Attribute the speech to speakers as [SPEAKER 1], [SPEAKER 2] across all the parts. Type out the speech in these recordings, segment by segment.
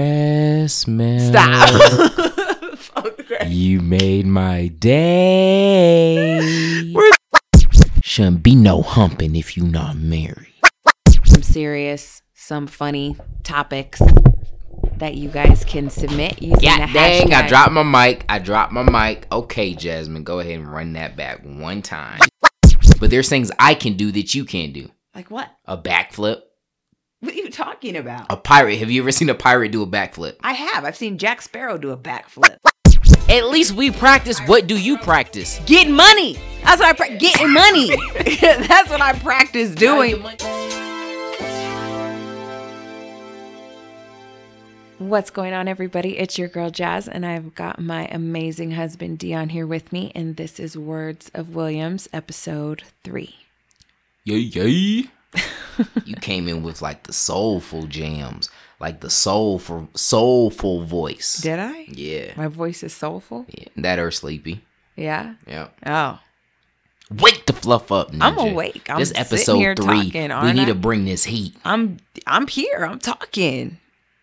[SPEAKER 1] Breast milk.
[SPEAKER 2] Stop. Fuck that.
[SPEAKER 1] You made my day.
[SPEAKER 2] We're-
[SPEAKER 1] Shouldn't be no humping if you not married.
[SPEAKER 2] Some serious, some funny topics that you guys can submit using the
[SPEAKER 1] Yeah,
[SPEAKER 2] hashtag.
[SPEAKER 1] dang, I dropped my mic. I dropped my mic. Okay, Jasmine, go ahead and run that back one time. But there's things I can do that you can't do.
[SPEAKER 2] Like what?
[SPEAKER 1] A backflip.
[SPEAKER 2] What are you talking about?
[SPEAKER 1] A pirate. Have you ever seen a pirate do a backflip?
[SPEAKER 2] I have. I've seen Jack Sparrow do a backflip.
[SPEAKER 1] At least we practice. What do you practice?
[SPEAKER 2] Getting money. That's what I pra- getting money. That's what I practice doing. What's going on, everybody? It's your girl Jazz, and I've got my amazing husband Dion here with me, and this is Words of Williams, episode three.
[SPEAKER 1] Yay, yay. you came in with like the soulful jams, like the soulful, soulful voice.
[SPEAKER 2] Did I?
[SPEAKER 1] yeah.
[SPEAKER 2] My voice is soulful.
[SPEAKER 1] yeah. That or sleepy.
[SPEAKER 2] Yeah.
[SPEAKER 1] Yeah.
[SPEAKER 2] Oh,
[SPEAKER 1] Wake the fluff up, ninja.
[SPEAKER 2] I'm awake. I'm
[SPEAKER 1] this
[SPEAKER 2] sitting
[SPEAKER 1] episode
[SPEAKER 2] here
[SPEAKER 1] three.
[SPEAKER 2] talking,
[SPEAKER 1] we
[SPEAKER 2] aren't
[SPEAKER 1] need
[SPEAKER 2] I?
[SPEAKER 1] to bring this heat.
[SPEAKER 2] I'm I'm here. I'm talking.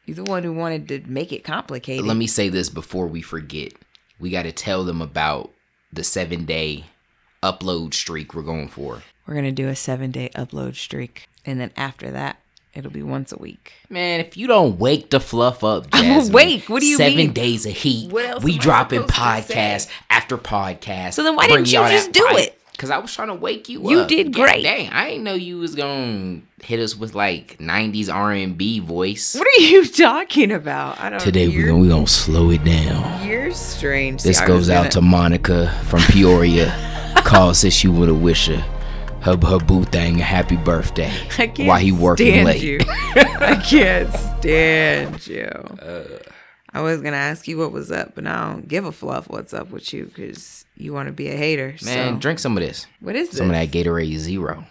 [SPEAKER 2] You're the one who wanted to make it complicated.
[SPEAKER 1] Let me say this before we forget. We got to tell them about the seven day upload streak we're going for.
[SPEAKER 2] We're gonna do a seven day upload streak, and then after that, it'll be once a week.
[SPEAKER 1] Man, if you don't wake the fluff up,
[SPEAKER 2] I'm
[SPEAKER 1] Jasmine,
[SPEAKER 2] awake. What do you
[SPEAKER 1] seven
[SPEAKER 2] mean?
[SPEAKER 1] days of heat.
[SPEAKER 2] What else
[SPEAKER 1] we
[SPEAKER 2] am I
[SPEAKER 1] dropping
[SPEAKER 2] supposed to
[SPEAKER 1] podcast
[SPEAKER 2] say?
[SPEAKER 1] after podcast.
[SPEAKER 2] So then why didn't you just do it?
[SPEAKER 1] Because I was trying to wake you,
[SPEAKER 2] You
[SPEAKER 1] up.
[SPEAKER 2] did
[SPEAKER 1] God
[SPEAKER 2] great.
[SPEAKER 1] Dang, I didn't know you was gonna hit us with like '90s R&B voice.
[SPEAKER 2] What are you talking about? I don't. you're,
[SPEAKER 1] we gonna slow it down.
[SPEAKER 2] You're strange.
[SPEAKER 1] This
[SPEAKER 2] See, I was
[SPEAKER 1] goes out to
[SPEAKER 2] gonna-
[SPEAKER 1] Monica from Peoria. Call says she would have wished her her, her boo thing a happy birthday
[SPEAKER 2] I can't
[SPEAKER 1] while he working
[SPEAKER 2] stand
[SPEAKER 1] late.
[SPEAKER 2] You. I can't stand you.
[SPEAKER 1] Uh.
[SPEAKER 2] I was gonna ask you what was up, but I don't give a fluff what's up with you because you want to be a hater.
[SPEAKER 1] Man,
[SPEAKER 2] so.
[SPEAKER 1] drink some of this.
[SPEAKER 2] what is this?
[SPEAKER 1] Some of that Gatorade Zero.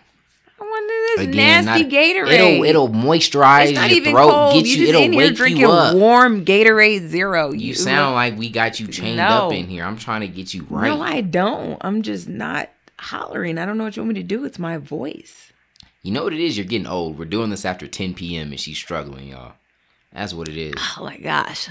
[SPEAKER 2] I wanted this
[SPEAKER 1] Again,
[SPEAKER 2] nasty
[SPEAKER 1] not-
[SPEAKER 2] Gatorade.
[SPEAKER 1] It'll it'll moisturize
[SPEAKER 2] it's not
[SPEAKER 1] your
[SPEAKER 2] even
[SPEAKER 1] throat,
[SPEAKER 2] cold.
[SPEAKER 1] get
[SPEAKER 2] you
[SPEAKER 1] you,
[SPEAKER 2] just
[SPEAKER 1] it'll
[SPEAKER 2] in here
[SPEAKER 1] wake
[SPEAKER 2] drinking
[SPEAKER 1] you up.
[SPEAKER 2] warm Gatorade Zero.
[SPEAKER 1] you sound like we got you chained
[SPEAKER 2] No.
[SPEAKER 1] up in here. I'm trying to get you right.
[SPEAKER 2] No, I don't. I'm just not hollering. I don't know what you want me to do. It's my voice.
[SPEAKER 1] you know what it is? You're getting old. We're doing this after 10 p.m. and she's struggling, y'all. That's what it is.
[SPEAKER 2] Oh my gosh.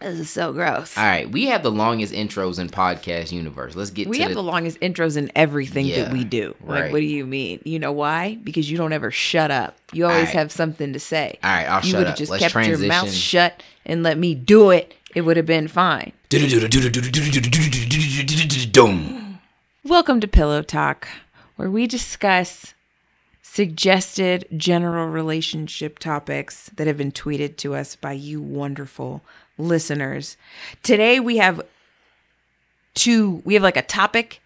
[SPEAKER 2] This is so gross.
[SPEAKER 1] All right, we have the longest intros in podcast universe. Let's get
[SPEAKER 2] we
[SPEAKER 1] to
[SPEAKER 2] have the
[SPEAKER 1] the
[SPEAKER 2] longest intros in everything
[SPEAKER 1] Yeah,
[SPEAKER 2] that we do.
[SPEAKER 1] right.
[SPEAKER 2] Like, what do you mean? You know why? Because you don't ever shut up. You always
[SPEAKER 1] Alright.
[SPEAKER 2] have something to say.
[SPEAKER 1] All right, I'll
[SPEAKER 2] you
[SPEAKER 1] shut
[SPEAKER 2] would've
[SPEAKER 1] up.
[SPEAKER 2] just
[SPEAKER 1] Let's
[SPEAKER 2] kept
[SPEAKER 1] transition.
[SPEAKER 2] your mouth shut and let me do it. It would have been fine.
[SPEAKER 1] Dum.
[SPEAKER 2] Welcome to Pillow Talk, where we discuss suggested general relationship topics that have been tweeted to us by you wonderful listeners. Today we have two, we have like a topic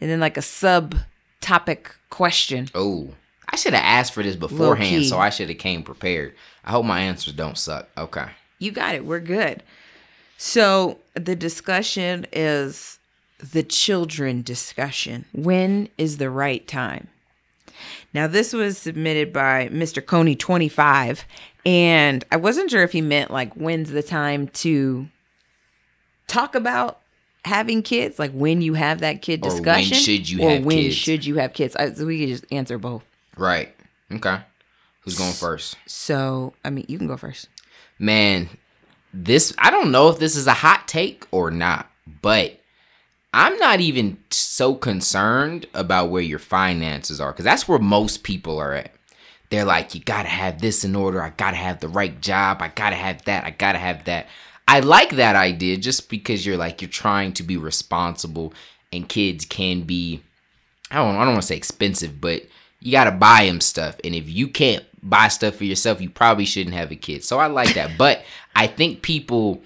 [SPEAKER 2] and then like a sub topic question.
[SPEAKER 1] Oh, I should have asked for this beforehand,
[SPEAKER 2] key.
[SPEAKER 1] so I should have came prepared. I hope my answers don't suck. Okay.
[SPEAKER 2] You got it. We're good. So the discussion is the children discussion. When is the right time? Now, this was submitted by Mr. Coney25, and I wasn't sure if he meant like when's the time to talk about having kids, like when you have that kid
[SPEAKER 1] Or when
[SPEAKER 2] discussion,
[SPEAKER 1] should you
[SPEAKER 2] or
[SPEAKER 1] have
[SPEAKER 2] when
[SPEAKER 1] kids.
[SPEAKER 2] should you have kids. I, so we could just answer both.
[SPEAKER 1] Right. Okay. Who's going first?
[SPEAKER 2] So, I mean, you can go first.
[SPEAKER 1] Man, this I don't know if this is a hot take or not, but I'm not even so concerned about where your finances are cuz that's where most people are at. They're like you got to have this in order, I got to have the right job, I got to have that, I got to have that. I like that idea just because you're like you're trying to be responsible and kids can be I don't I don't want to say expensive, but you gotta buy him stuff. And if you can't buy stuff for yourself, you probably shouldn't have a kid. So I like that. but I think people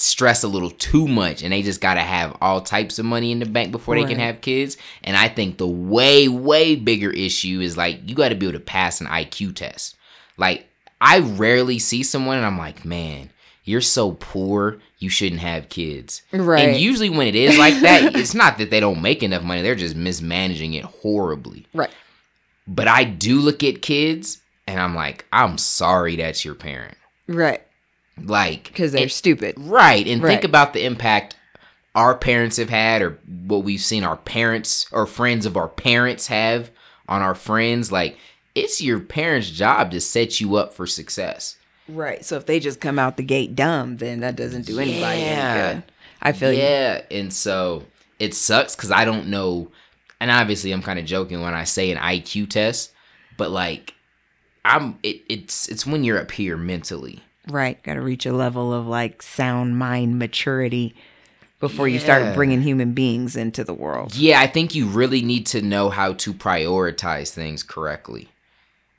[SPEAKER 1] stress a little too much and they just gotta have all types of money in the bank before they can
[SPEAKER 2] Right.
[SPEAKER 1] have kids. And I think the way, way bigger issue is like you gotta be able to pass an IQ test. Like I rarely see someone and I'm like, man, you're so poor, you shouldn't have kids.
[SPEAKER 2] Right.
[SPEAKER 1] And usually when it is like that, it's not that they don't make enough money, they're just mismanaging it horribly.
[SPEAKER 2] Right.
[SPEAKER 1] But I do look at kids and I'm like, I'm sorry that's your parent.
[SPEAKER 2] Right.
[SPEAKER 1] Like
[SPEAKER 2] Because they're stupid.
[SPEAKER 1] Right. And think
[SPEAKER 2] Right.
[SPEAKER 1] about the impact our parents have had or what we've seen our parents or friends of our parents have on our friends. Like, it's your parents' job to set you up for success.
[SPEAKER 2] Right. So if they just come out the gate dumb, then that doesn't do anybody
[SPEAKER 1] Yeah.
[SPEAKER 2] any good. I feel you.
[SPEAKER 1] yeah, and so it sucks because I don't know. And obviously, I'm kind of joking when I say an IQ test, but like, I'm it, it's it's when you're up here mentally.
[SPEAKER 2] Right. Got to reach a level of like sound mind maturity before you start
[SPEAKER 1] Yeah.
[SPEAKER 2] bringing human beings into the world.
[SPEAKER 1] Yeah, I think you really need to know how to prioritize things correctly,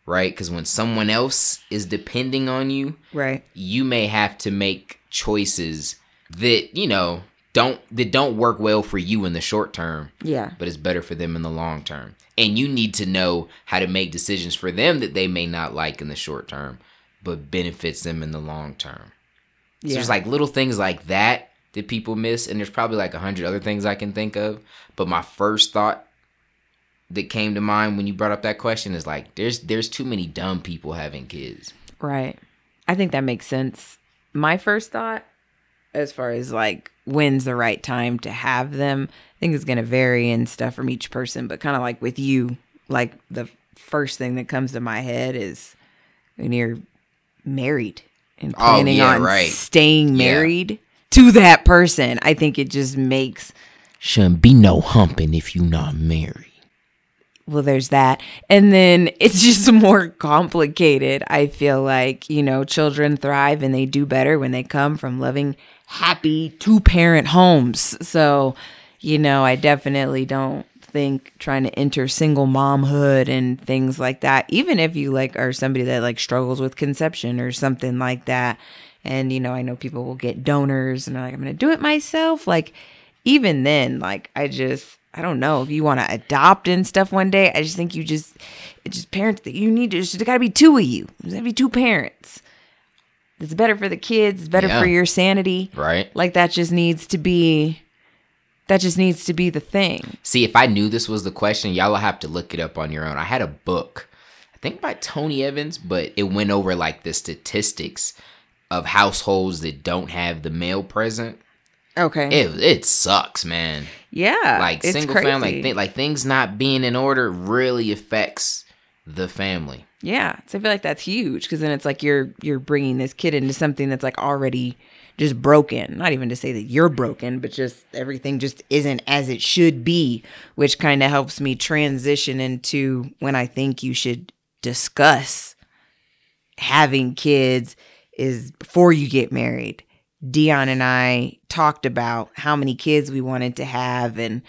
[SPEAKER 1] right? Because when someone else is depending on you,
[SPEAKER 2] Right.
[SPEAKER 1] you may have to make choices that you know don't that don't work well for you in the short term
[SPEAKER 2] Yeah.
[SPEAKER 1] but it's better for them in the long term. And you need to know how to make decisions for them that they may not like in the short term, but benefits them in the long term. So
[SPEAKER 2] Yeah.
[SPEAKER 1] there's like little things like that that people miss, and there's probably like a hundred other things I can think of. But my first thought that came to mind when you brought up that question is like, there's there's too many dumb people having kids.
[SPEAKER 2] Right. I think that makes sense. My first thought, as far as like when's the right time to have them, I think it's going to vary and stuff from each person, but kind of like with you, like the first thing that comes to my head is when you're married and
[SPEAKER 1] Oh,
[SPEAKER 2] planning
[SPEAKER 1] yeah,
[SPEAKER 2] on
[SPEAKER 1] right.
[SPEAKER 2] staying
[SPEAKER 1] Yeah.
[SPEAKER 2] married to that person. I think it just makes
[SPEAKER 1] Shouldn't be no humping if you not married.
[SPEAKER 2] well, there's that. And then it's just more complicated. I feel like, you know, children thrive and they do better when they come from loving, happy two parent homes. So, you know, I definitely don't think trying to enter single momhood and things like that, even if you like are somebody that like struggles with conception or something like that. And, you know, I know people will get donors and are like, I'm going to do it myself. Like, even then, like I just I don't know if you want to adopt and stuff one day. I just think you just it's just parents that you need to. There's got to be two of you. There's got to be two parents. It's better for the kids. It's better
[SPEAKER 1] Yeah.
[SPEAKER 2] for your sanity.
[SPEAKER 1] Right?
[SPEAKER 2] Like that just needs to be. That just needs to be the thing.
[SPEAKER 1] See, if I knew this was the question, y'all will have to look it up on your own. I had a book, I think by Tony Evans, but it went over like the statistics of households that don't have the male present.
[SPEAKER 2] Okay.
[SPEAKER 1] It it sucks, man.
[SPEAKER 2] yeah.
[SPEAKER 1] Like
[SPEAKER 2] Uh, it's
[SPEAKER 1] single
[SPEAKER 2] crazy.
[SPEAKER 1] family, like, thi- like things not being in order really affects the family.
[SPEAKER 2] Yeah, so I feel like that's huge because then it's like you're you're bringing this kid into something that's like already just broken. Not even to say that you're broken, but just everything just isn't as it should be, which kind of helps me transition into when I think you should discuss having kids is before you get married. Dion and I talked about how many kids we wanted to have and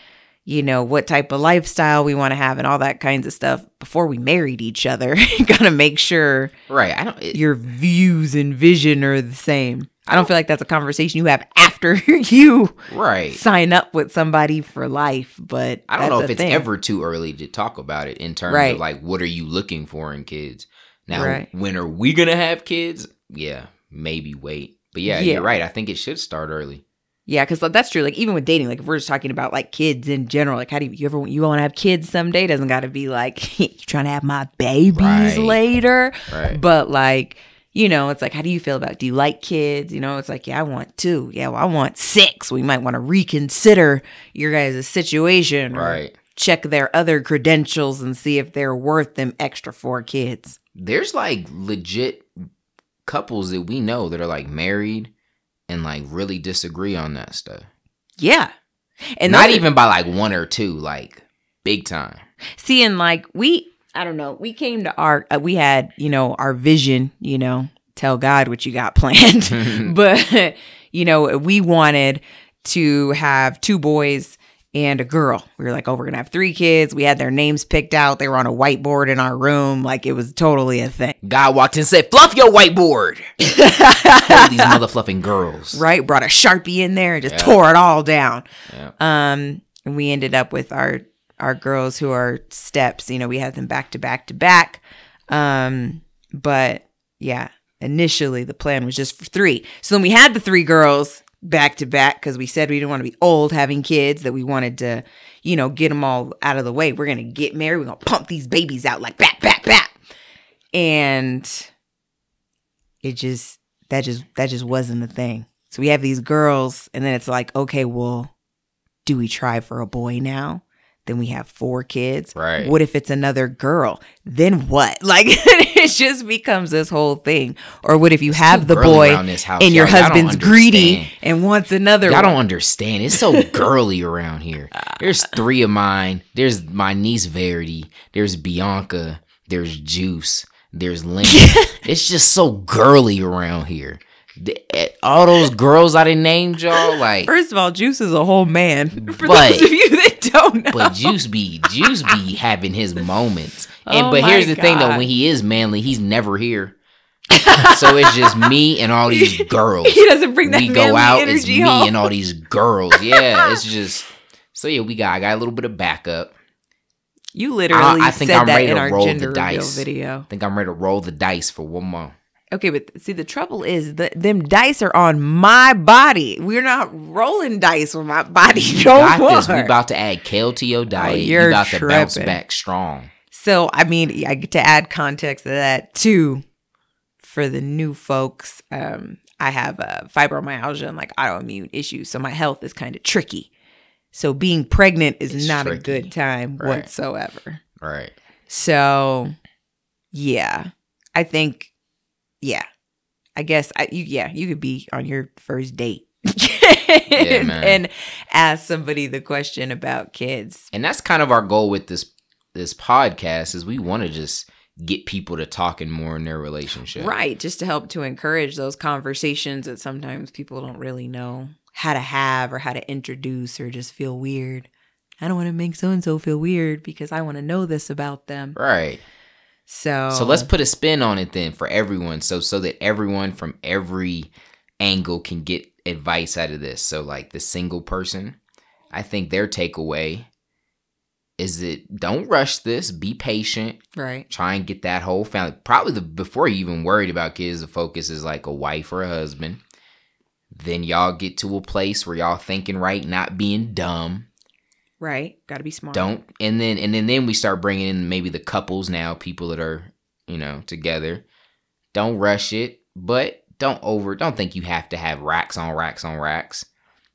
[SPEAKER 2] you know what type of lifestyle we want to have and all that kinds of stuff before we married each other. you got to make sure
[SPEAKER 1] Right. I don't it,
[SPEAKER 2] your views and vision are the same. I don't feel like that's a conversation you have after you
[SPEAKER 1] right.
[SPEAKER 2] sign up with somebody for life, but
[SPEAKER 1] I don't
[SPEAKER 2] that's
[SPEAKER 1] know
[SPEAKER 2] a
[SPEAKER 1] if it's
[SPEAKER 2] thing.
[SPEAKER 1] ever too early to talk about it in terms
[SPEAKER 2] Right.
[SPEAKER 1] of like what are you looking for in kids. Now,
[SPEAKER 2] Right.
[SPEAKER 1] when are we gonna have kids? Yeah, maybe wait. But yeah,
[SPEAKER 2] Yeah.
[SPEAKER 1] you're right. I think it should start early.
[SPEAKER 2] Yeah, because that's true. Like even with dating, like if we're just talking about like kids in general, like how do you, you ever you want to have kids someday? Doesn't got to be like you trying to have my babies
[SPEAKER 1] Right.
[SPEAKER 2] later,
[SPEAKER 1] Right.
[SPEAKER 2] but like you know, it's like how do you feel about? Do you like kids? You know, it's like yeah, I want two. Yeah, well, I want six. We might want to reconsider your guys' situation, or
[SPEAKER 1] Right.
[SPEAKER 2] Check their other credentials and see if they're worth them extra four kids.
[SPEAKER 1] There's like legit couples that we know that are like married and like really disagree on that stuff.
[SPEAKER 2] Yeah,
[SPEAKER 1] And not
[SPEAKER 2] those are-
[SPEAKER 1] even by like one or two, like big time.
[SPEAKER 2] seeing like we i don't know we came to our uh, we had you know our vision you know tell god what you got planned
[SPEAKER 1] Mm-hmm.
[SPEAKER 2] but you know we wanted to have two boys and a girl we were like oh we're gonna have three kids we had their names picked out they were on a whiteboard in our room like it was totally a thing
[SPEAKER 1] God walked in and said, Fluff your whiteboard. All these mother fluffing girls.
[SPEAKER 2] right brought a sharpie in there and just
[SPEAKER 1] Yeah.
[SPEAKER 2] tore it all down
[SPEAKER 1] Yeah.
[SPEAKER 2] um and we ended up with our our girls who are steps you know we had them back to back to back um but yeah initially the plan was just for three so then we had the three girls back to back because we said we didn't want to be old having kids that we wanted to you know get them all out of the way we're gonna get married we're gonna pump these babies out like bat bat bat and it just that just that just wasn't a thing so we have these girls and then it's like okay well do we try for a boy now? Then we have four kids.
[SPEAKER 1] Right.
[SPEAKER 2] What if it's another girl? Then what? Like it just becomes this whole thing. Or what if you have the
[SPEAKER 1] girly
[SPEAKER 2] boy
[SPEAKER 1] around this house,
[SPEAKER 2] and your
[SPEAKER 1] y'all. Y'all don't
[SPEAKER 2] husband's greedy
[SPEAKER 1] understand.
[SPEAKER 2] and wants another
[SPEAKER 1] Y'all
[SPEAKER 2] one?
[SPEAKER 1] don't understand. It's so girly around here. There's three of mine. There's my niece Verity. There's Bianca. There's Juice. There's Lynn. it's just so girly around here. The- eh, All those girls I didn't name y'all, like,
[SPEAKER 2] First of all, Juice is a whole man. For
[SPEAKER 1] But-
[SPEAKER 2] those of you that don't know.
[SPEAKER 1] but Juice be Juice be having his moments. And
[SPEAKER 2] Oh
[SPEAKER 1] but
[SPEAKER 2] my
[SPEAKER 1] here's the thing though,
[SPEAKER 2] God.
[SPEAKER 1] when he is manly, he's never here. so it's just me and all these girls.
[SPEAKER 2] he doesn't bring that
[SPEAKER 1] we go
[SPEAKER 2] manly
[SPEAKER 1] out, it's
[SPEAKER 2] energy
[SPEAKER 1] me
[SPEAKER 2] home.
[SPEAKER 1] and all these girls. Yeah, it's just so yeah. We got I got a little bit of backup.
[SPEAKER 2] you literally
[SPEAKER 1] I- I think
[SPEAKER 2] said
[SPEAKER 1] I'm
[SPEAKER 2] that
[SPEAKER 1] ready
[SPEAKER 2] in
[SPEAKER 1] to
[SPEAKER 2] our
[SPEAKER 1] roll the
[SPEAKER 2] gender reveal
[SPEAKER 1] dice.
[SPEAKER 2] video.
[SPEAKER 1] I think I'm ready to roll the dice for one more.
[SPEAKER 2] Okay, but see, the trouble is that them dice are on my body. We're not rolling dice on my body. No
[SPEAKER 1] got
[SPEAKER 2] more.
[SPEAKER 1] this. We about to add kale to your diet.
[SPEAKER 2] Oh, you're
[SPEAKER 1] you about to bounce
[SPEAKER 2] tripping.
[SPEAKER 1] back strong.
[SPEAKER 2] so, I mean, I get to add context to that too. For the new folks, um, I have uh, fibromyalgia and like autoimmune issues, so my health is kind of tricky. So, being pregnant is
[SPEAKER 1] It's
[SPEAKER 2] not a
[SPEAKER 1] tricky.
[SPEAKER 2] good time
[SPEAKER 1] Right.
[SPEAKER 2] whatsoever.
[SPEAKER 1] Right.
[SPEAKER 2] So, yeah, I think, yeah, I guess I, you, yeah, you could be on your first date
[SPEAKER 1] man.
[SPEAKER 2] and ask somebody the question about kids.
[SPEAKER 1] And that's kind of our goal with this this podcast is we want to just get people to talking more in their relationship.
[SPEAKER 2] Right, just to help to encourage those conversations that sometimes people don't really know how to have or how to introduce or just feel weird. I don't want to make so and so feel weird because I want to know this about them.
[SPEAKER 1] Right.
[SPEAKER 2] So,
[SPEAKER 1] So let's put a spin on it then for everyone, so so that everyone from every angle can get advice out of this. So like the single person, I think their takeaway is that don't rush this, be patient,
[SPEAKER 2] right.
[SPEAKER 1] try and get that whole family. Probably the before you even worried about kids, the focus is like a wife or a husband. Then y'all get to a place where y'all thinking right, not being dumb
[SPEAKER 2] Right. Got to be smart.
[SPEAKER 1] don't and then and then then we start bringing in maybe the couples now people that are you know together don't rush it but don't over don't think you have to have racks on racks on racks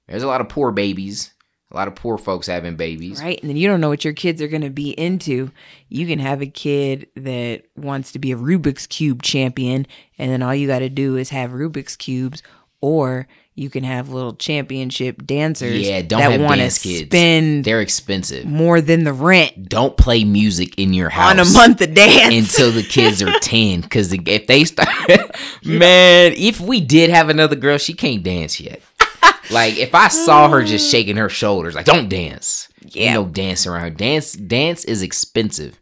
[SPEAKER 1] there's a lot of poor babies a lot of poor folks having babies
[SPEAKER 2] Right. And then you don't know what your kids are going to be into. You can have a kid that wants to be a Rubik's Cube champion, and then all you got to do is have Rubik's Cubes, or you can have little championship dancers
[SPEAKER 1] Yeah, don't
[SPEAKER 2] that
[SPEAKER 1] have
[SPEAKER 2] want to
[SPEAKER 1] dance kids.
[SPEAKER 2] spend
[SPEAKER 1] they're expensive
[SPEAKER 2] more than the rent
[SPEAKER 1] don't play music in your house
[SPEAKER 2] Mm-hmm. on a month of dance.
[SPEAKER 1] until the kids are 10 because if they start man if we did have another girl she can't dance yet like if i saw her just shaking her shoulders like don't dance
[SPEAKER 2] Yeah.
[SPEAKER 1] you know dance around dance dance is expensive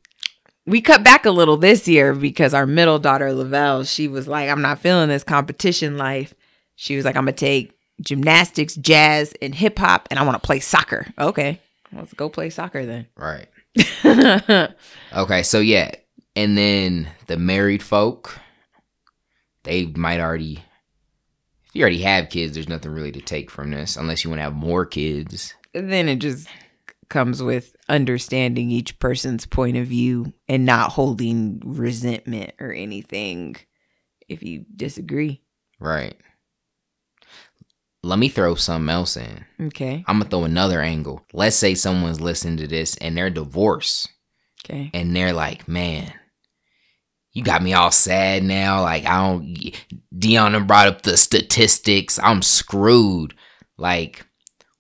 [SPEAKER 2] we cut back a little this year because our middle daughter, Lavelle, she was like, I'm not feeling this competition life. She was like, I'm going to take gymnastics, jazz, and hip hop, and I want to play soccer. Okay. Let's go play soccer then.
[SPEAKER 1] right okay so yeah and then the married folk they might already if you already have kids there's nothing really to take from this unless you want to have more kids
[SPEAKER 2] then it just comes with understanding each person's point of view and not holding resentment or anything if you disagree.
[SPEAKER 1] right let me throw something else in
[SPEAKER 2] Okay.
[SPEAKER 1] I'm gonna throw another angle. Let's say someone's listening to this and they're divorced
[SPEAKER 2] Okay.
[SPEAKER 1] and they're like, man, you got me all sad now. Like, I don't, Dion done brought up the statistics. I'm screwed. Like,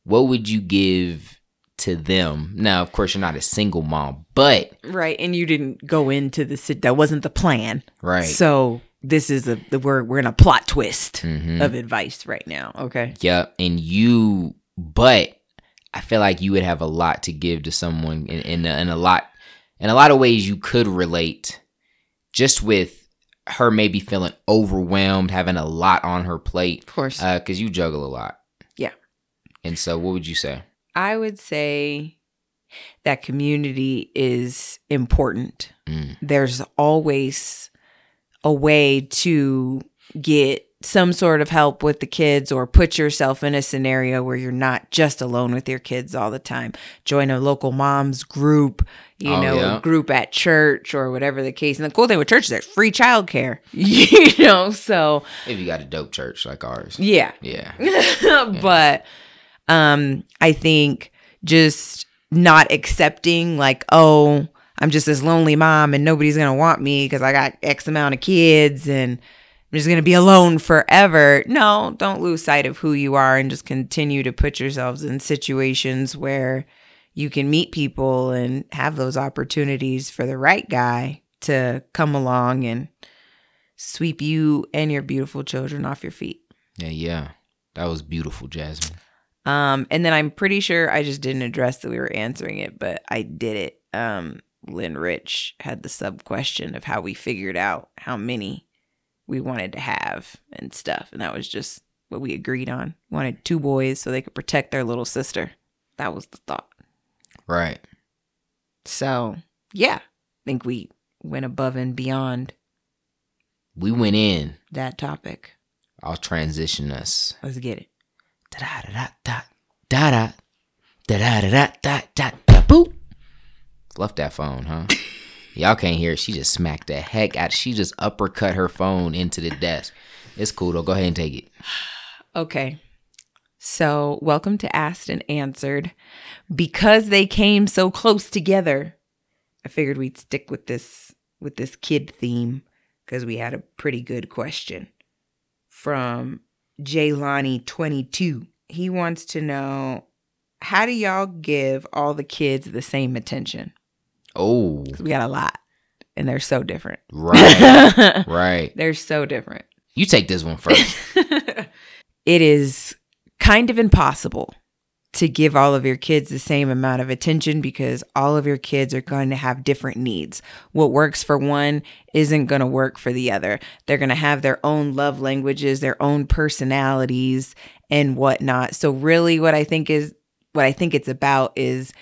[SPEAKER 1] what would you give to them? Now, of course, you're not a single mom, but,
[SPEAKER 2] Right. And you didn't go into the sit. That wasn't the plan.
[SPEAKER 1] right.
[SPEAKER 2] So this is a the word we're in a plot twist
[SPEAKER 1] Mhm.
[SPEAKER 2] of advice right now. Okay.
[SPEAKER 1] Yep. And you, but I feel like you would have a lot to give to someone in, in, a, in a lot, in a lot of ways you could relate just with her maybe feeling overwhelmed, having a lot on her plate.
[SPEAKER 2] Of course.
[SPEAKER 1] Uh, cause you juggle a lot.
[SPEAKER 2] Yeah.
[SPEAKER 1] And so what would you say?
[SPEAKER 2] I would say that community is important.
[SPEAKER 1] Mm,
[SPEAKER 2] There's always a way to get some sort of help with the kids or put yourself in a scenario where you're not just alone with your kids all the time. Join a local moms group, you
[SPEAKER 1] Oh,
[SPEAKER 2] know,
[SPEAKER 1] yeah.
[SPEAKER 2] a group at church or whatever the case. And the cool thing with church is there's free childcare. You know, so
[SPEAKER 1] if you got a dope church like ours.
[SPEAKER 2] yeah.
[SPEAKER 1] Yeah.
[SPEAKER 2] but um I think just not accepting like oh i'm just this lonely mom and nobody's gonna want me because i got x amount of kids and i'm just gonna be alone forever no don't lose sight of who you are and just continue to put yourselves in situations where you can meet people and have those opportunities for the right guy to come along and sweep you and your beautiful children off your feet
[SPEAKER 1] Yeah, yeah. That was beautiful, Jasmine.
[SPEAKER 2] um, and then I'm pretty sure I just didn't address that we were answering it, but I did it. Um, Lynn Rich had the sub question of how we figured out how many we wanted to have and stuff. And that was just what we agreed on. Wanted two boys so they could protect their little sister. That was the thought.
[SPEAKER 1] Right.
[SPEAKER 2] So, yeah, I think we went above and beyond
[SPEAKER 1] We went in.
[SPEAKER 2] that topic.
[SPEAKER 1] I'll transition us.
[SPEAKER 2] Let's get it.
[SPEAKER 1] Da da da da da da da da da da da da boop. Fluff that phone, huh? Y'all can't hear it. She just smacked the heck out. She just uppercut her phone into the desk. It's cool though. Go ahead and take it.
[SPEAKER 2] Okay. So, welcome to Asked and Answered. Because they came so close together, I figured we'd stick with this with this kid theme because we had a pretty good question from Jaylani22. He wants to know how do y'all give all the kids the same attention?
[SPEAKER 1] Oh,
[SPEAKER 2] 'Cause we got a lot and they're so different.
[SPEAKER 1] right, right.
[SPEAKER 2] they're so different.
[SPEAKER 1] You take this one first.
[SPEAKER 2] it is kind of impossible to give all of your kids the same amount of attention because all of your kids are going to have different needs. What works for one isn't going to work for the other. They're going to have their own love languages, their own personalities, and whatnot. So, really, what I think is what I think it's about is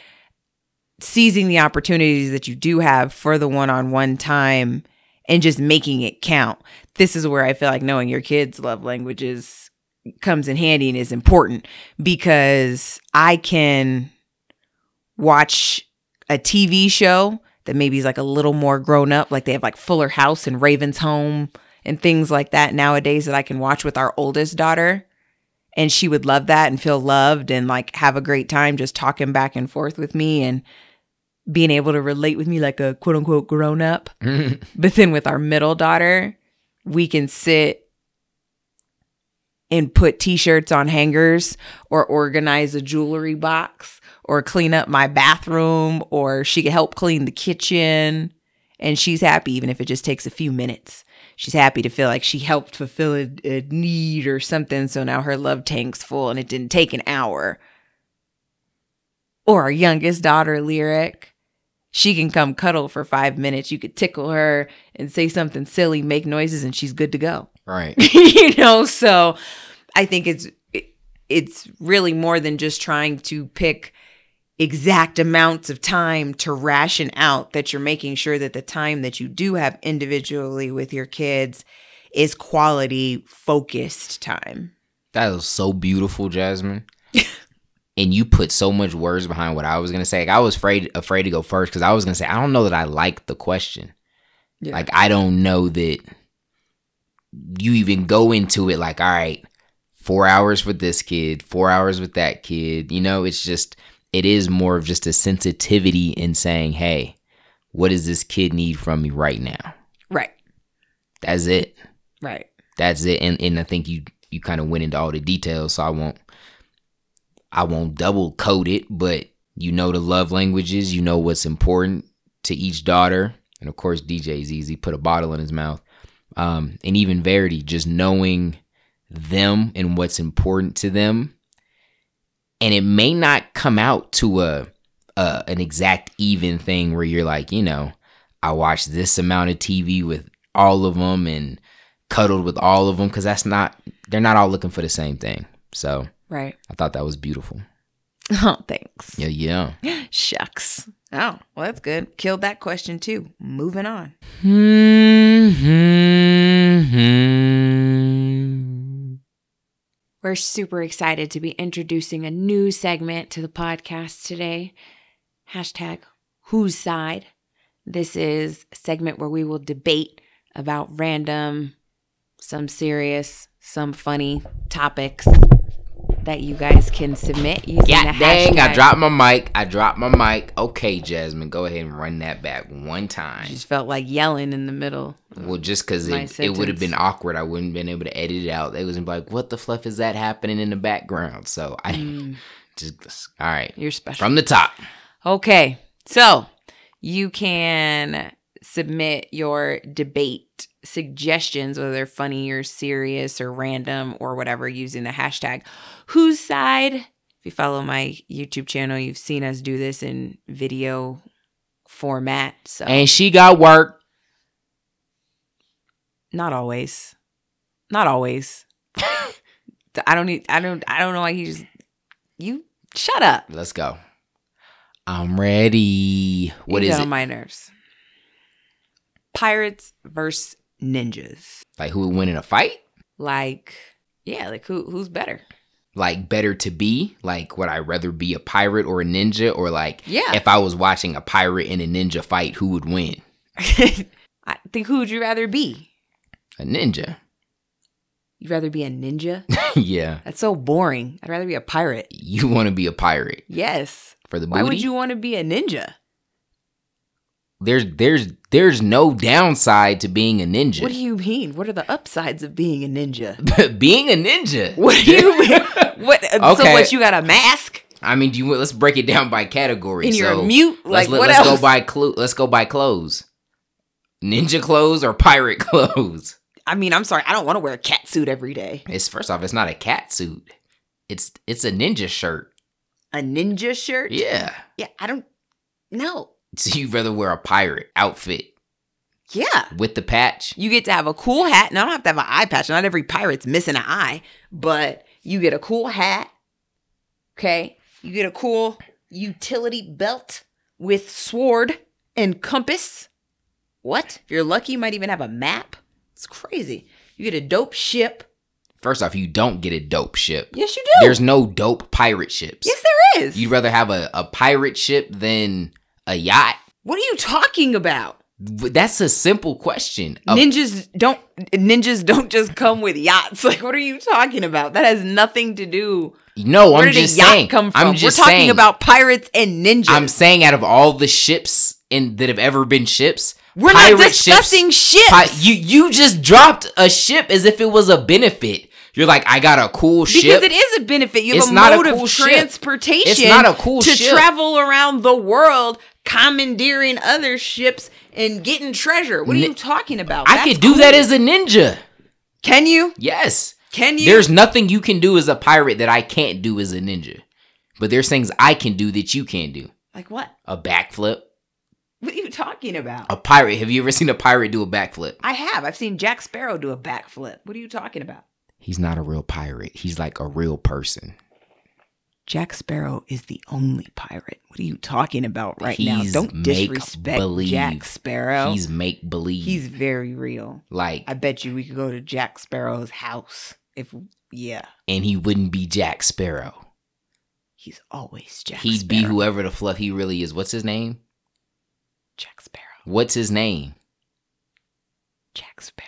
[SPEAKER 2] seizing the opportunities that you do have for the one on one time and just making it count. This is where I feel like knowing your kids' love languages comes in handy and is important because I can watch a TV show that maybe is like a little more grown up, like they have like Fuller House and Raven's Home and things like that nowadays that I can watch with our oldest daughter. And she would love that and feel loved and like have a great time just talking back and forth with me and being able to relate with me like a quote unquote grown up. But then with our middle daughter, we can sit and put t shirts on hangers or organize a jewelry box or clean up my bathroom or she can help clean the kitchen. And she's happy, even if it just takes a few minutes. She's happy to feel like she helped fulfill a, a need or something. So now her love tank's full and it didn't take an hour. Or our youngest daughter, Lyric she can come cuddle for five minutes. You could tickle her and say something silly, make noises, and she's good to go.
[SPEAKER 1] right.
[SPEAKER 2] you know, so I think it's it- it's really more than just trying to pick exact amounts of time to ration out that you're making sure that the time that you do have individually with your kids is quality focused time.
[SPEAKER 1] That was so beautiful, Jasmine. and you put so much words behind what I was gonna say. Like, I was afraid afraid to go first because I was gonna say I don't know that I like the question.
[SPEAKER 2] Yeah.
[SPEAKER 1] Like I don't know that you even go into it like, all right, four hours with this kid, four hours with that kid. You know, it's just it is more of just a sensitivity in saying, hey, what does this kid need from me right now?
[SPEAKER 2] Right.
[SPEAKER 1] That's it
[SPEAKER 2] Right.
[SPEAKER 1] that's it and and i think you you kind of went into all the details so i won't i won't double code it but you know the love languages you know what's important to each daughter and of course dj's easy put a bottle in his mouth um and even verity just knowing them and what's important to them and it may not come out to a, a an exact even thing where you're like you know i watched this amount of tv with all of them and cuddled with all of them because that's not they're not all looking for the same thing so
[SPEAKER 2] Right.
[SPEAKER 1] i thought that was beautiful
[SPEAKER 2] Oh, thanks.
[SPEAKER 1] yeah yeah
[SPEAKER 2] Shucks. Oh, well, that's good. Killed that question too. Moving on. Mm-hmm.
[SPEAKER 3] We're super excited to be introducing a new segment to the podcast today. Hashtag Whose Side. This is a segment where we will debate about random, some serious, some funny topics.
[SPEAKER 2] that you guys can submit using
[SPEAKER 1] Yeah,
[SPEAKER 2] the
[SPEAKER 1] dang,
[SPEAKER 2] hashtag.
[SPEAKER 1] I dropped my mic. I dropped my mic. Okay, Jasmine, go ahead and run that back one
[SPEAKER 2] I
[SPEAKER 1] time.
[SPEAKER 2] just felt like yelling in the middle.
[SPEAKER 1] Well, just because
[SPEAKER 2] My
[SPEAKER 1] it, it would have
[SPEAKER 2] sentence.
[SPEAKER 1] been awkward. I wouldn't have been able to edit it out. They was gonna be like, what the fluff is that happening in the background? So I
[SPEAKER 2] Mm,
[SPEAKER 1] just, all right.
[SPEAKER 2] you're special.
[SPEAKER 1] From the top.
[SPEAKER 2] Okay. So you can submit your debate suggestions, whether they're funny or serious or random or whatever, using the hashtag whose side. If you follow my YouTube channel, you've seen us do this in video format. So
[SPEAKER 1] And she got work.
[SPEAKER 2] not always. Not always. I don't need I don't I don't know why he just you shut up.
[SPEAKER 1] Let's go. I'm ready. What
[SPEAKER 2] you
[SPEAKER 1] is
[SPEAKER 2] got
[SPEAKER 1] it?
[SPEAKER 2] on my nerves. Pirates versus ninjas.
[SPEAKER 1] like, who would win in a fight?
[SPEAKER 2] Like, yeah, like who who's better?
[SPEAKER 1] Like, better to be? Like, would I rather be a pirate or a ninja? Or, like,
[SPEAKER 2] Yeah.
[SPEAKER 1] if I was watching a pirate and a ninja fight, who would win?
[SPEAKER 2] I think who would you rather be?
[SPEAKER 1] A ninja.
[SPEAKER 2] You'd rather be a ninja?
[SPEAKER 1] yeah.
[SPEAKER 2] That's so boring. I'd rather be a pirate.
[SPEAKER 1] You want to be a pirate
[SPEAKER 2] Yes.
[SPEAKER 1] for the
[SPEAKER 2] Why
[SPEAKER 1] booty?
[SPEAKER 2] would you want to be a ninja?
[SPEAKER 1] There's there's there's no downside to being a ninja.
[SPEAKER 2] What do you mean? What are the upsides of being a ninja?
[SPEAKER 1] being a ninja.
[SPEAKER 2] What do you mean? What uh, so
[SPEAKER 1] Okay.
[SPEAKER 2] what you got a mask
[SPEAKER 1] I mean, do you let's break it down by category.
[SPEAKER 2] and
[SPEAKER 1] so
[SPEAKER 2] you're mute? Like
[SPEAKER 1] let's let-
[SPEAKER 2] what
[SPEAKER 1] let's
[SPEAKER 2] else?
[SPEAKER 1] go by clue. Let's go by clothes. Ninja clothes or pirate clothes?
[SPEAKER 2] I mean, I'm sorry, I don't want to wear a cat suit every day.
[SPEAKER 1] It's first off, it's not a cat suit. It's it's a ninja shirt.
[SPEAKER 2] A ninja shirt?
[SPEAKER 1] Yeah.
[SPEAKER 2] Yeah, I don't know.
[SPEAKER 1] So you'd rather wear a pirate outfit
[SPEAKER 2] Yeah.
[SPEAKER 1] with the patch?
[SPEAKER 2] You get to have a cool hat. and I don't have to have an eye patch. Not every pirate's missing an eye, but you get a cool hat. Okay. You get a cool utility belt with sword and compass. What? If you're lucky, you might even have a map. It's crazy. You get a dope ship.
[SPEAKER 1] First off, you don't get a dope ship.
[SPEAKER 2] Yes, you do.
[SPEAKER 1] There's no dope pirate ships.
[SPEAKER 2] yes, there is.
[SPEAKER 1] You'd rather have a, a pirate ship than a yacht?
[SPEAKER 2] what are you talking about?
[SPEAKER 1] W- That's a simple question. A-
[SPEAKER 2] ninjas don't ninjas don't just come with yachts. Like, what are you talking about? That has nothing to do.
[SPEAKER 1] no,
[SPEAKER 2] Where
[SPEAKER 1] I'm
[SPEAKER 2] did
[SPEAKER 1] just
[SPEAKER 2] a yacht
[SPEAKER 1] saying.
[SPEAKER 2] come from?
[SPEAKER 1] I'm just
[SPEAKER 2] We're talking
[SPEAKER 1] saying,
[SPEAKER 2] about pirates and ninjas.
[SPEAKER 1] I'm saying out of all the ships in that have ever been ships,
[SPEAKER 2] We're not
[SPEAKER 1] pirate ships-
[SPEAKER 2] discussing ships.
[SPEAKER 1] pi- you you just dropped a ship as if it was a benefit. You're like, I got a cool ship.
[SPEAKER 2] because it is a benefit. You have
[SPEAKER 1] It's
[SPEAKER 2] a
[SPEAKER 1] not a
[SPEAKER 2] mode
[SPEAKER 1] cool
[SPEAKER 2] of
[SPEAKER 1] ship.
[SPEAKER 2] transportation.
[SPEAKER 1] It's not a cool
[SPEAKER 2] to
[SPEAKER 1] ship.
[SPEAKER 2] travel around the world, commandeering other ships and getting treasure. What are
[SPEAKER 1] Ni-
[SPEAKER 2] you talking about?
[SPEAKER 1] I
[SPEAKER 2] That's
[SPEAKER 1] could do
[SPEAKER 2] cool.
[SPEAKER 1] that as a ninja.
[SPEAKER 2] Can you?
[SPEAKER 1] Yes.
[SPEAKER 2] Can you?
[SPEAKER 1] There's nothing you can do as a pirate that I can't do as a ninja. But there's things I can do that you can't do.
[SPEAKER 2] like what?
[SPEAKER 1] A backflip.
[SPEAKER 2] What are you talking about?
[SPEAKER 1] A pirate. Have you ever seen a pirate do a backflip?
[SPEAKER 2] I have. I've seen Jack Sparrow do a backflip. What are you talking about?
[SPEAKER 1] He's not a real pirate. He's like a real person.
[SPEAKER 2] Jack Sparrow is the only pirate. What are you talking about right
[SPEAKER 1] He's
[SPEAKER 2] now? Don't
[SPEAKER 1] make
[SPEAKER 2] disrespect
[SPEAKER 1] believe.
[SPEAKER 2] Jack Sparrow. He's,
[SPEAKER 1] He's make believe.
[SPEAKER 2] very real.
[SPEAKER 1] like,
[SPEAKER 2] I bet you we could go to Jack Sparrow's house if yeah.
[SPEAKER 1] and he wouldn't be Jack Sparrow.
[SPEAKER 2] He's always Jack
[SPEAKER 1] He'd
[SPEAKER 2] Sparrow.
[SPEAKER 1] be whoever the fluff he really is. What's his name?
[SPEAKER 2] Jack Sparrow.
[SPEAKER 1] What's his name?
[SPEAKER 2] Jack Sparrow.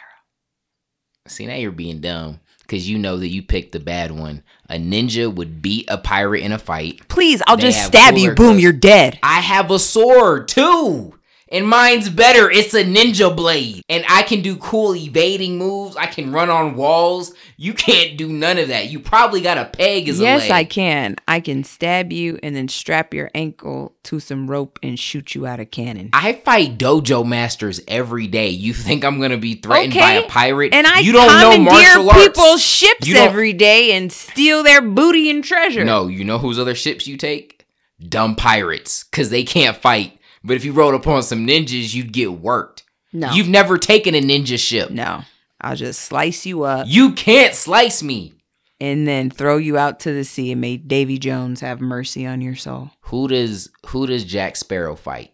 [SPEAKER 1] See, now you're being dumb because you know that you picked the bad one. A ninja would beat a pirate in a fight.
[SPEAKER 2] Please, I'll
[SPEAKER 1] They
[SPEAKER 2] just
[SPEAKER 1] have
[SPEAKER 2] stab you.
[SPEAKER 1] cooler
[SPEAKER 2] Boom,
[SPEAKER 1] clothes.
[SPEAKER 2] you're dead.
[SPEAKER 1] I have a sword too. And mine's better. It's a ninja blade. And I can do cool evading moves. I can run on walls. You can't do none of that. You probably got a peg as a leg.
[SPEAKER 2] can. I can stab you and then strap your ankle to some rope and shoot you out of cannon.
[SPEAKER 1] I fight dojo masters every day. You think I'm gonna be threatened by
[SPEAKER 2] Okay,
[SPEAKER 1] a pirate?
[SPEAKER 2] And I
[SPEAKER 1] you don't know
[SPEAKER 2] commandeer
[SPEAKER 1] martial arts.
[SPEAKER 2] people's ships
[SPEAKER 1] You don't-
[SPEAKER 2] every day and steal their booty and treasure.
[SPEAKER 1] No, you know whose other ships you take? Dumb pirates, cause they can't fight. But if you rode upon some ninjas, you'd get worked.
[SPEAKER 2] no,
[SPEAKER 1] You've never taken a ninja ship.
[SPEAKER 2] no. I'll just slice you up
[SPEAKER 1] You can't slice me.
[SPEAKER 2] and then throw you out to the sea and may Davy Jones have mercy on your soul.
[SPEAKER 1] Who does who does Jack Sparrow fight?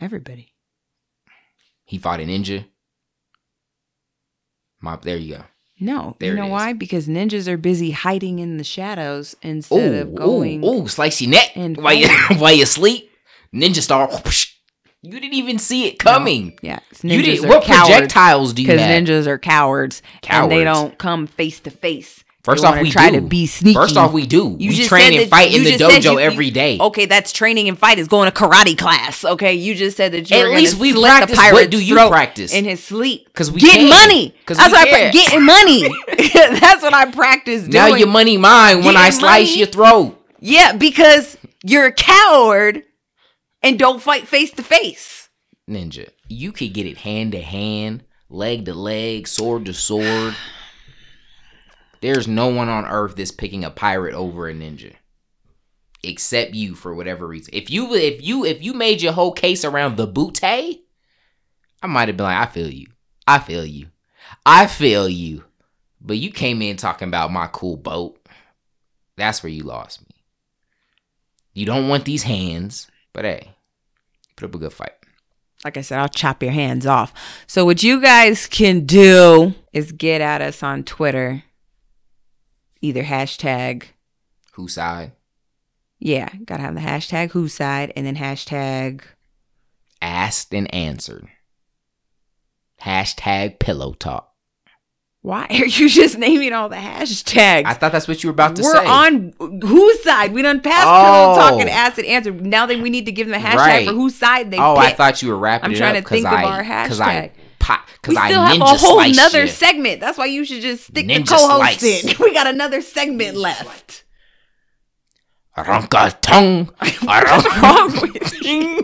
[SPEAKER 2] Everybody.
[SPEAKER 1] He fought a ninja. My, there you go.
[SPEAKER 2] No,
[SPEAKER 1] There
[SPEAKER 2] you
[SPEAKER 1] it
[SPEAKER 2] know
[SPEAKER 1] is.
[SPEAKER 2] why? Because ninjas are busy hiding in the shadows instead
[SPEAKER 1] Ooh,
[SPEAKER 2] of going.
[SPEAKER 1] ooh, ooh, slice your neck
[SPEAKER 2] and
[SPEAKER 1] while you while you sleep. Ninja star. whoosh. You didn't even see it coming.
[SPEAKER 2] Yeah, 'cause
[SPEAKER 1] you
[SPEAKER 2] ninjas
[SPEAKER 1] did
[SPEAKER 2] are
[SPEAKER 1] what
[SPEAKER 2] cowards.
[SPEAKER 1] projectiles do you
[SPEAKER 2] Because
[SPEAKER 1] have?
[SPEAKER 2] ninjas are cowards, and they
[SPEAKER 1] Cowards.
[SPEAKER 2] don't come face to face.
[SPEAKER 1] First
[SPEAKER 2] You
[SPEAKER 1] off,
[SPEAKER 2] wanna
[SPEAKER 1] we
[SPEAKER 2] try
[SPEAKER 1] do.
[SPEAKER 2] to be sneaky.
[SPEAKER 1] First off, we do.
[SPEAKER 2] You
[SPEAKER 1] we
[SPEAKER 2] just
[SPEAKER 1] train
[SPEAKER 2] said
[SPEAKER 1] and
[SPEAKER 2] that-
[SPEAKER 1] fight in
[SPEAKER 2] you
[SPEAKER 1] the
[SPEAKER 2] just said
[SPEAKER 1] dojo
[SPEAKER 2] you-
[SPEAKER 1] every day.
[SPEAKER 2] Okay, that's training and fight is going to karate class. Okay, you just said that you
[SPEAKER 1] At
[SPEAKER 2] were
[SPEAKER 1] least
[SPEAKER 2] gonna
[SPEAKER 1] we
[SPEAKER 2] slit
[SPEAKER 1] practice.
[SPEAKER 2] The pirate's
[SPEAKER 1] What do you
[SPEAKER 2] throat
[SPEAKER 1] practice?
[SPEAKER 2] in his sleep?
[SPEAKER 1] 'Cause we
[SPEAKER 2] get
[SPEAKER 1] can.
[SPEAKER 2] money.
[SPEAKER 1] 'Cause
[SPEAKER 2] that's
[SPEAKER 1] we
[SPEAKER 2] what I
[SPEAKER 1] can.
[SPEAKER 2] pra- getting money. that's what I practice. Doing.
[SPEAKER 1] now your money mine when
[SPEAKER 2] Get
[SPEAKER 1] I
[SPEAKER 2] your
[SPEAKER 1] slice
[SPEAKER 2] money.
[SPEAKER 1] your throat.
[SPEAKER 2] yeah, because you're a coward and don't fight face to face.
[SPEAKER 1] Ninja, you could get it hand to hand, leg to leg, sword to sword. There's no one on earth that's picking a pirate over a ninja. Except you for whatever reason. If you if you if you made your whole case around the bootay, I might have been like, I feel you. I feel you. I feel you. But you came in talking about my cool boat. That's where you lost me. You don't want these hands, but hey, put up a good fight.
[SPEAKER 2] Like I said, I'll chop your hands off. So what you guys can do is get at us on Twitter, either hashtag
[SPEAKER 1] Who side?
[SPEAKER 2] yeah, gotta have the hashtag who side and then hashtag
[SPEAKER 1] Asked and answered. Hashtag pillow talk.
[SPEAKER 2] Why are you just naming all the hashtags?
[SPEAKER 1] I thought that's what you were about to
[SPEAKER 2] We're
[SPEAKER 1] say.
[SPEAKER 2] on whose side? We done passed
[SPEAKER 1] Oh.
[SPEAKER 2] pillow talk and acid answer. Now that we need to give them a hashtag
[SPEAKER 1] Right.
[SPEAKER 2] for whose side they
[SPEAKER 1] oh, I
[SPEAKER 2] pick.
[SPEAKER 1] thought you were wrapping
[SPEAKER 2] I'm
[SPEAKER 1] it
[SPEAKER 2] trying
[SPEAKER 1] up
[SPEAKER 2] to think of
[SPEAKER 1] I,
[SPEAKER 2] our
[SPEAKER 1] Cause I
[SPEAKER 2] hashtag.
[SPEAKER 1] pop, cause
[SPEAKER 2] We
[SPEAKER 1] I
[SPEAKER 2] still have a
[SPEAKER 1] ninja
[SPEAKER 2] whole
[SPEAKER 1] sliced
[SPEAKER 2] nother
[SPEAKER 1] you.
[SPEAKER 2] segment. That's why you should just stick
[SPEAKER 1] Ninja
[SPEAKER 2] the co-host
[SPEAKER 1] slice.
[SPEAKER 2] in. We got another segment left.
[SPEAKER 1] Ronka tongue.
[SPEAKER 2] What's wrong with you?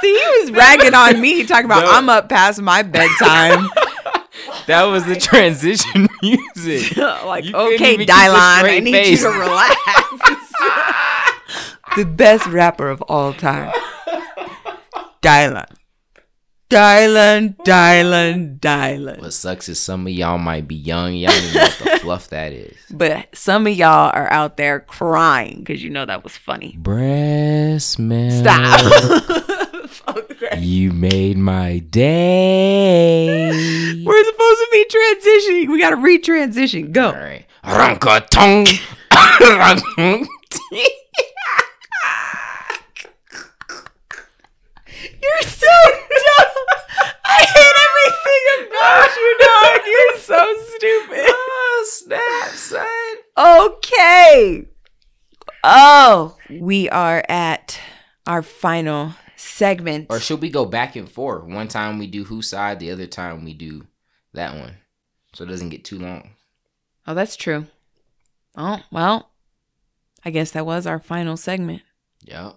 [SPEAKER 2] See, he was ragging on me, talking about
[SPEAKER 1] No.
[SPEAKER 2] I'm up past my bedtime.
[SPEAKER 1] that was the transition music.
[SPEAKER 2] like,
[SPEAKER 1] You couldn't
[SPEAKER 2] okay,
[SPEAKER 1] even keep a
[SPEAKER 2] Dylan, I
[SPEAKER 1] straight
[SPEAKER 2] need
[SPEAKER 1] face.
[SPEAKER 2] you to relax. the best rapper of all time. Dylan. Dylan, Dylan, Dylan.
[SPEAKER 1] What sucks is some of y'all might be young. Y'all don't even know what the fluff that is.
[SPEAKER 2] But some of y'all are out there crying because you know that was funny.
[SPEAKER 1] Breast milk. Mm.
[SPEAKER 2] Stop. Fuck that.
[SPEAKER 1] You made my day.
[SPEAKER 2] We're supposed to be transitioning. We got to retransition.
[SPEAKER 1] All
[SPEAKER 2] Go.
[SPEAKER 1] right. Ronka tongue.
[SPEAKER 2] You're so dumb. I hate everything about you, dog. You're so stupid. Oh, snap, son. Okay. Oh, we are at our final segment.
[SPEAKER 1] or should we go back and forth? One time we do whose side, the other time we do that one. So it doesn't get too long.
[SPEAKER 2] oh, that's true. Oh, well, I guess that was our final segment.
[SPEAKER 1] Yep.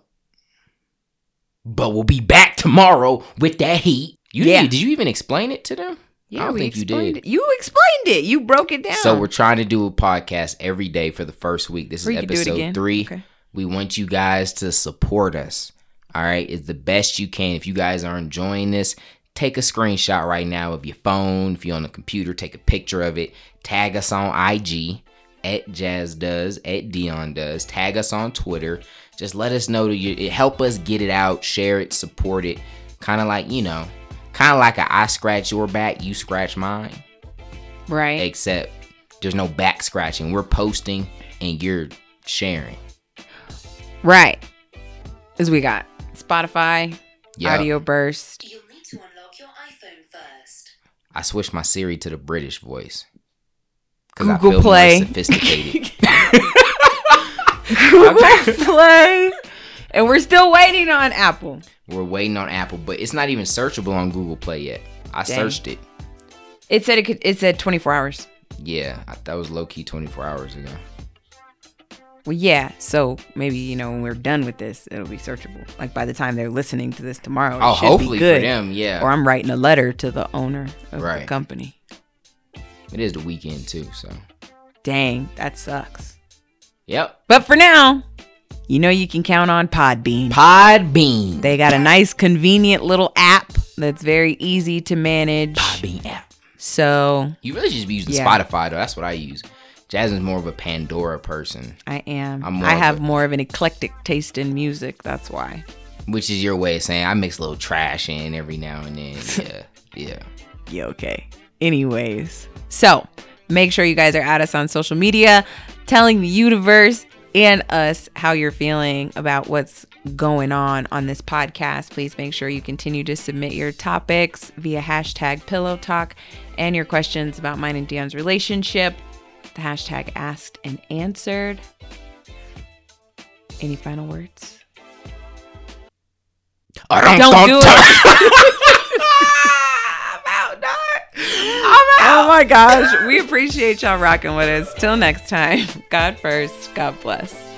[SPEAKER 1] But we'll be back tomorrow with that heat. You
[SPEAKER 2] Yeah.
[SPEAKER 1] did, did you even explain it to them? I don't think you
[SPEAKER 2] explained
[SPEAKER 1] did.
[SPEAKER 2] It. You explained it. You broke it down.
[SPEAKER 1] So we're trying to do a podcast every day for the first week. This
[SPEAKER 2] Or
[SPEAKER 1] is
[SPEAKER 2] you could do it
[SPEAKER 1] episode
[SPEAKER 2] again.
[SPEAKER 1] three.
[SPEAKER 2] Okay.
[SPEAKER 1] We want you guys to support us. All right, it's the best you can. If you guys are enjoying this, take a screenshot right now of your phone. If you're on the computer, take a picture of it. Tag us on IG at Jazz Does at Dion Does. Tag us on Twitter. Just let us know that you it help us get it out, share it, support it. Kind of like you know, kind of like a I scratch your back, you scratch mine
[SPEAKER 2] right.
[SPEAKER 1] except there's no back scratching. We're posting and you're sharing.
[SPEAKER 2] Right. Is we got Spotify,
[SPEAKER 1] Yeah.
[SPEAKER 2] Audio Burst.
[SPEAKER 4] You'll need to unlock your iPhone first.
[SPEAKER 1] I switched my Siri to the British voice.
[SPEAKER 2] Google Play.
[SPEAKER 1] More sophisticated.
[SPEAKER 2] Google Play. And we're still waiting on Apple.
[SPEAKER 1] We're waiting on Apple, but it's not even searchable on Google Play yet. I
[SPEAKER 2] Dang.
[SPEAKER 1] searched it.
[SPEAKER 2] It said it could it said 24 hours.
[SPEAKER 1] Yeah, I, that was low key 24 hours ago.
[SPEAKER 2] Well, yeah. So maybe you know when we're done with this, it'll be searchable. Like by the time they're listening to this tomorrow, it
[SPEAKER 1] oh,
[SPEAKER 2] should
[SPEAKER 1] hopefully
[SPEAKER 2] be good.
[SPEAKER 1] for them, yeah.
[SPEAKER 2] Or I'm writing a letter to the owner of the
[SPEAKER 1] Right.
[SPEAKER 2] company.
[SPEAKER 1] it is the weekend too, so.
[SPEAKER 2] Dang, that sucks.
[SPEAKER 1] Yep.
[SPEAKER 2] But for now, you know you can count on Podbean.
[SPEAKER 1] Podbean.
[SPEAKER 2] They got a nice, convenient little app that's very easy to manage.
[SPEAKER 1] Podbean app.
[SPEAKER 2] So
[SPEAKER 1] You really should be using
[SPEAKER 2] Yeah.
[SPEAKER 1] Spotify though. That's what I use. Jasmine's more of a Pandora person,
[SPEAKER 2] I am.
[SPEAKER 1] I'm more
[SPEAKER 2] I
[SPEAKER 1] of
[SPEAKER 2] have
[SPEAKER 1] a-
[SPEAKER 2] more of an eclectic taste in music. That's why.
[SPEAKER 1] which is your way of saying I mix a little trash in every now and then. Yeah. yeah.
[SPEAKER 2] Yeah, okay. Anyways, so make sure you guys are at us on social media, telling the universe and us how you're feeling about what's going on on this podcast. Please make sure you continue to submit your topics via hashtag pillow talk and your questions about mine and Dion's relationship. the hashtag asked and answered. Any final words?
[SPEAKER 1] I
[SPEAKER 2] Don't do it. Oh my gosh. We appreciate y'all rocking with us. Till next time, God first, God bless.